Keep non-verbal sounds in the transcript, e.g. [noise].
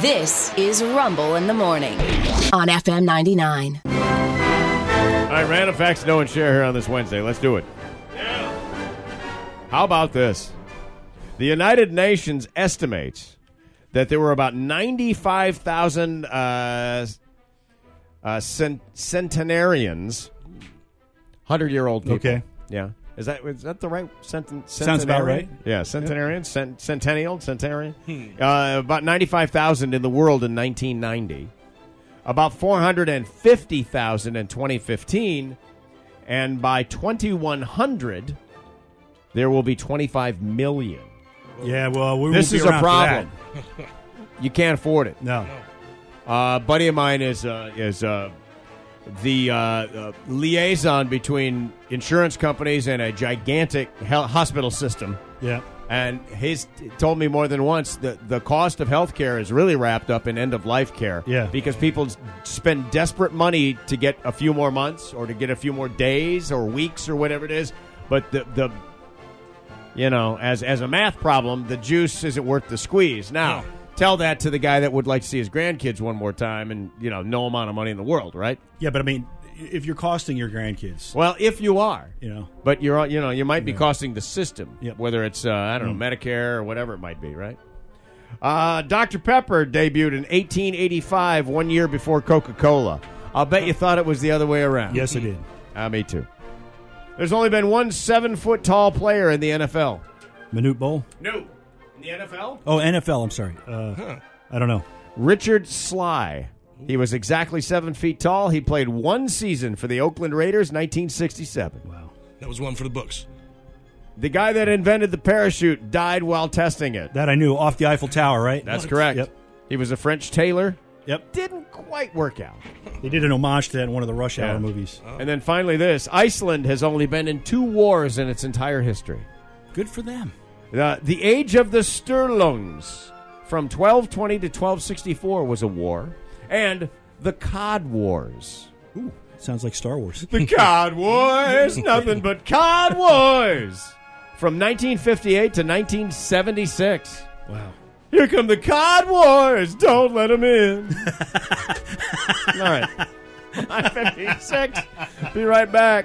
This is Rumble in the Morning on FM 99. All right, random facts, no and share here on this Wednesday. Let's do it. How about this? The United Nations estimates that there were about 95,000 uh, uh, cent- centenarians, 100 year old people. Okay. Yeah. Is that is that the right sentence? Sounds about right. Hmm. Yeah, centenarian, cent- centennial, centenarian. Uh, about 95,000 in the world in 1990. About 450,000 in 2015. And by 2100, there will be 25 million. Yeah, well, we This won't be is a around for problem. [laughs] you can't afford it. that. No. Uh, a buddy of mine is uh, is uh, the uh, uh, liaison between insurance companies and a gigantic hel- hospital system. Yeah. And he's t- told me more than once that the cost of health care is really wrapped up in end of life care. Yeah. Because people s- spend desperate money to get a few more months or to get a few more days or weeks or whatever it is. But the, the you know, as, as a math problem, the juice isn't worth the squeeze. Now, No. tell that to the guy that would like to see his grandkids one more time and, you know, no amount of money in the world, right? Yeah, but I mean, if you're costing your grandkids, Well, if you are, you know, but you're you know you might be costing the system, Yep. Mm. whether it's uh, I don't know Medicare or whatever it might be, right? Uh, Dr Pepper debuted in 1885, one year before Coca Cola. I'll bet you thought it was the other way around. yes, I did. Ah, me too. There's only been one seven foot tall player in the NFL. Minute Bowl. No, in the NFL, Oh, NFL. I'm sorry. Uh, I don't know. Richard Sly. He was exactly seven feet tall. He played one season for the Oakland Raiders, 1967. Wow. That was one for the books. The guy that invented the parachute died while testing it. That I knew. Off the Eiffel Tower, right? That's correct. Yep. He was a French tailor. Yep. Didn't quite work out. They did an homage to that in one of the Rush Yeah. Hour movies. And then finally, this Iceland has only been in two wars in its entire history. Good for them. The, the age of the Sturlungs from 1220 to 1264 was a war, and the Cod Wars. Sounds like Star Wars. The Cod Wars, nothing but Cod Wars from 1958 to 1976. Wow. Here come the Cod Wars. Don't let them in. [laughs] All right. 956. Be right back.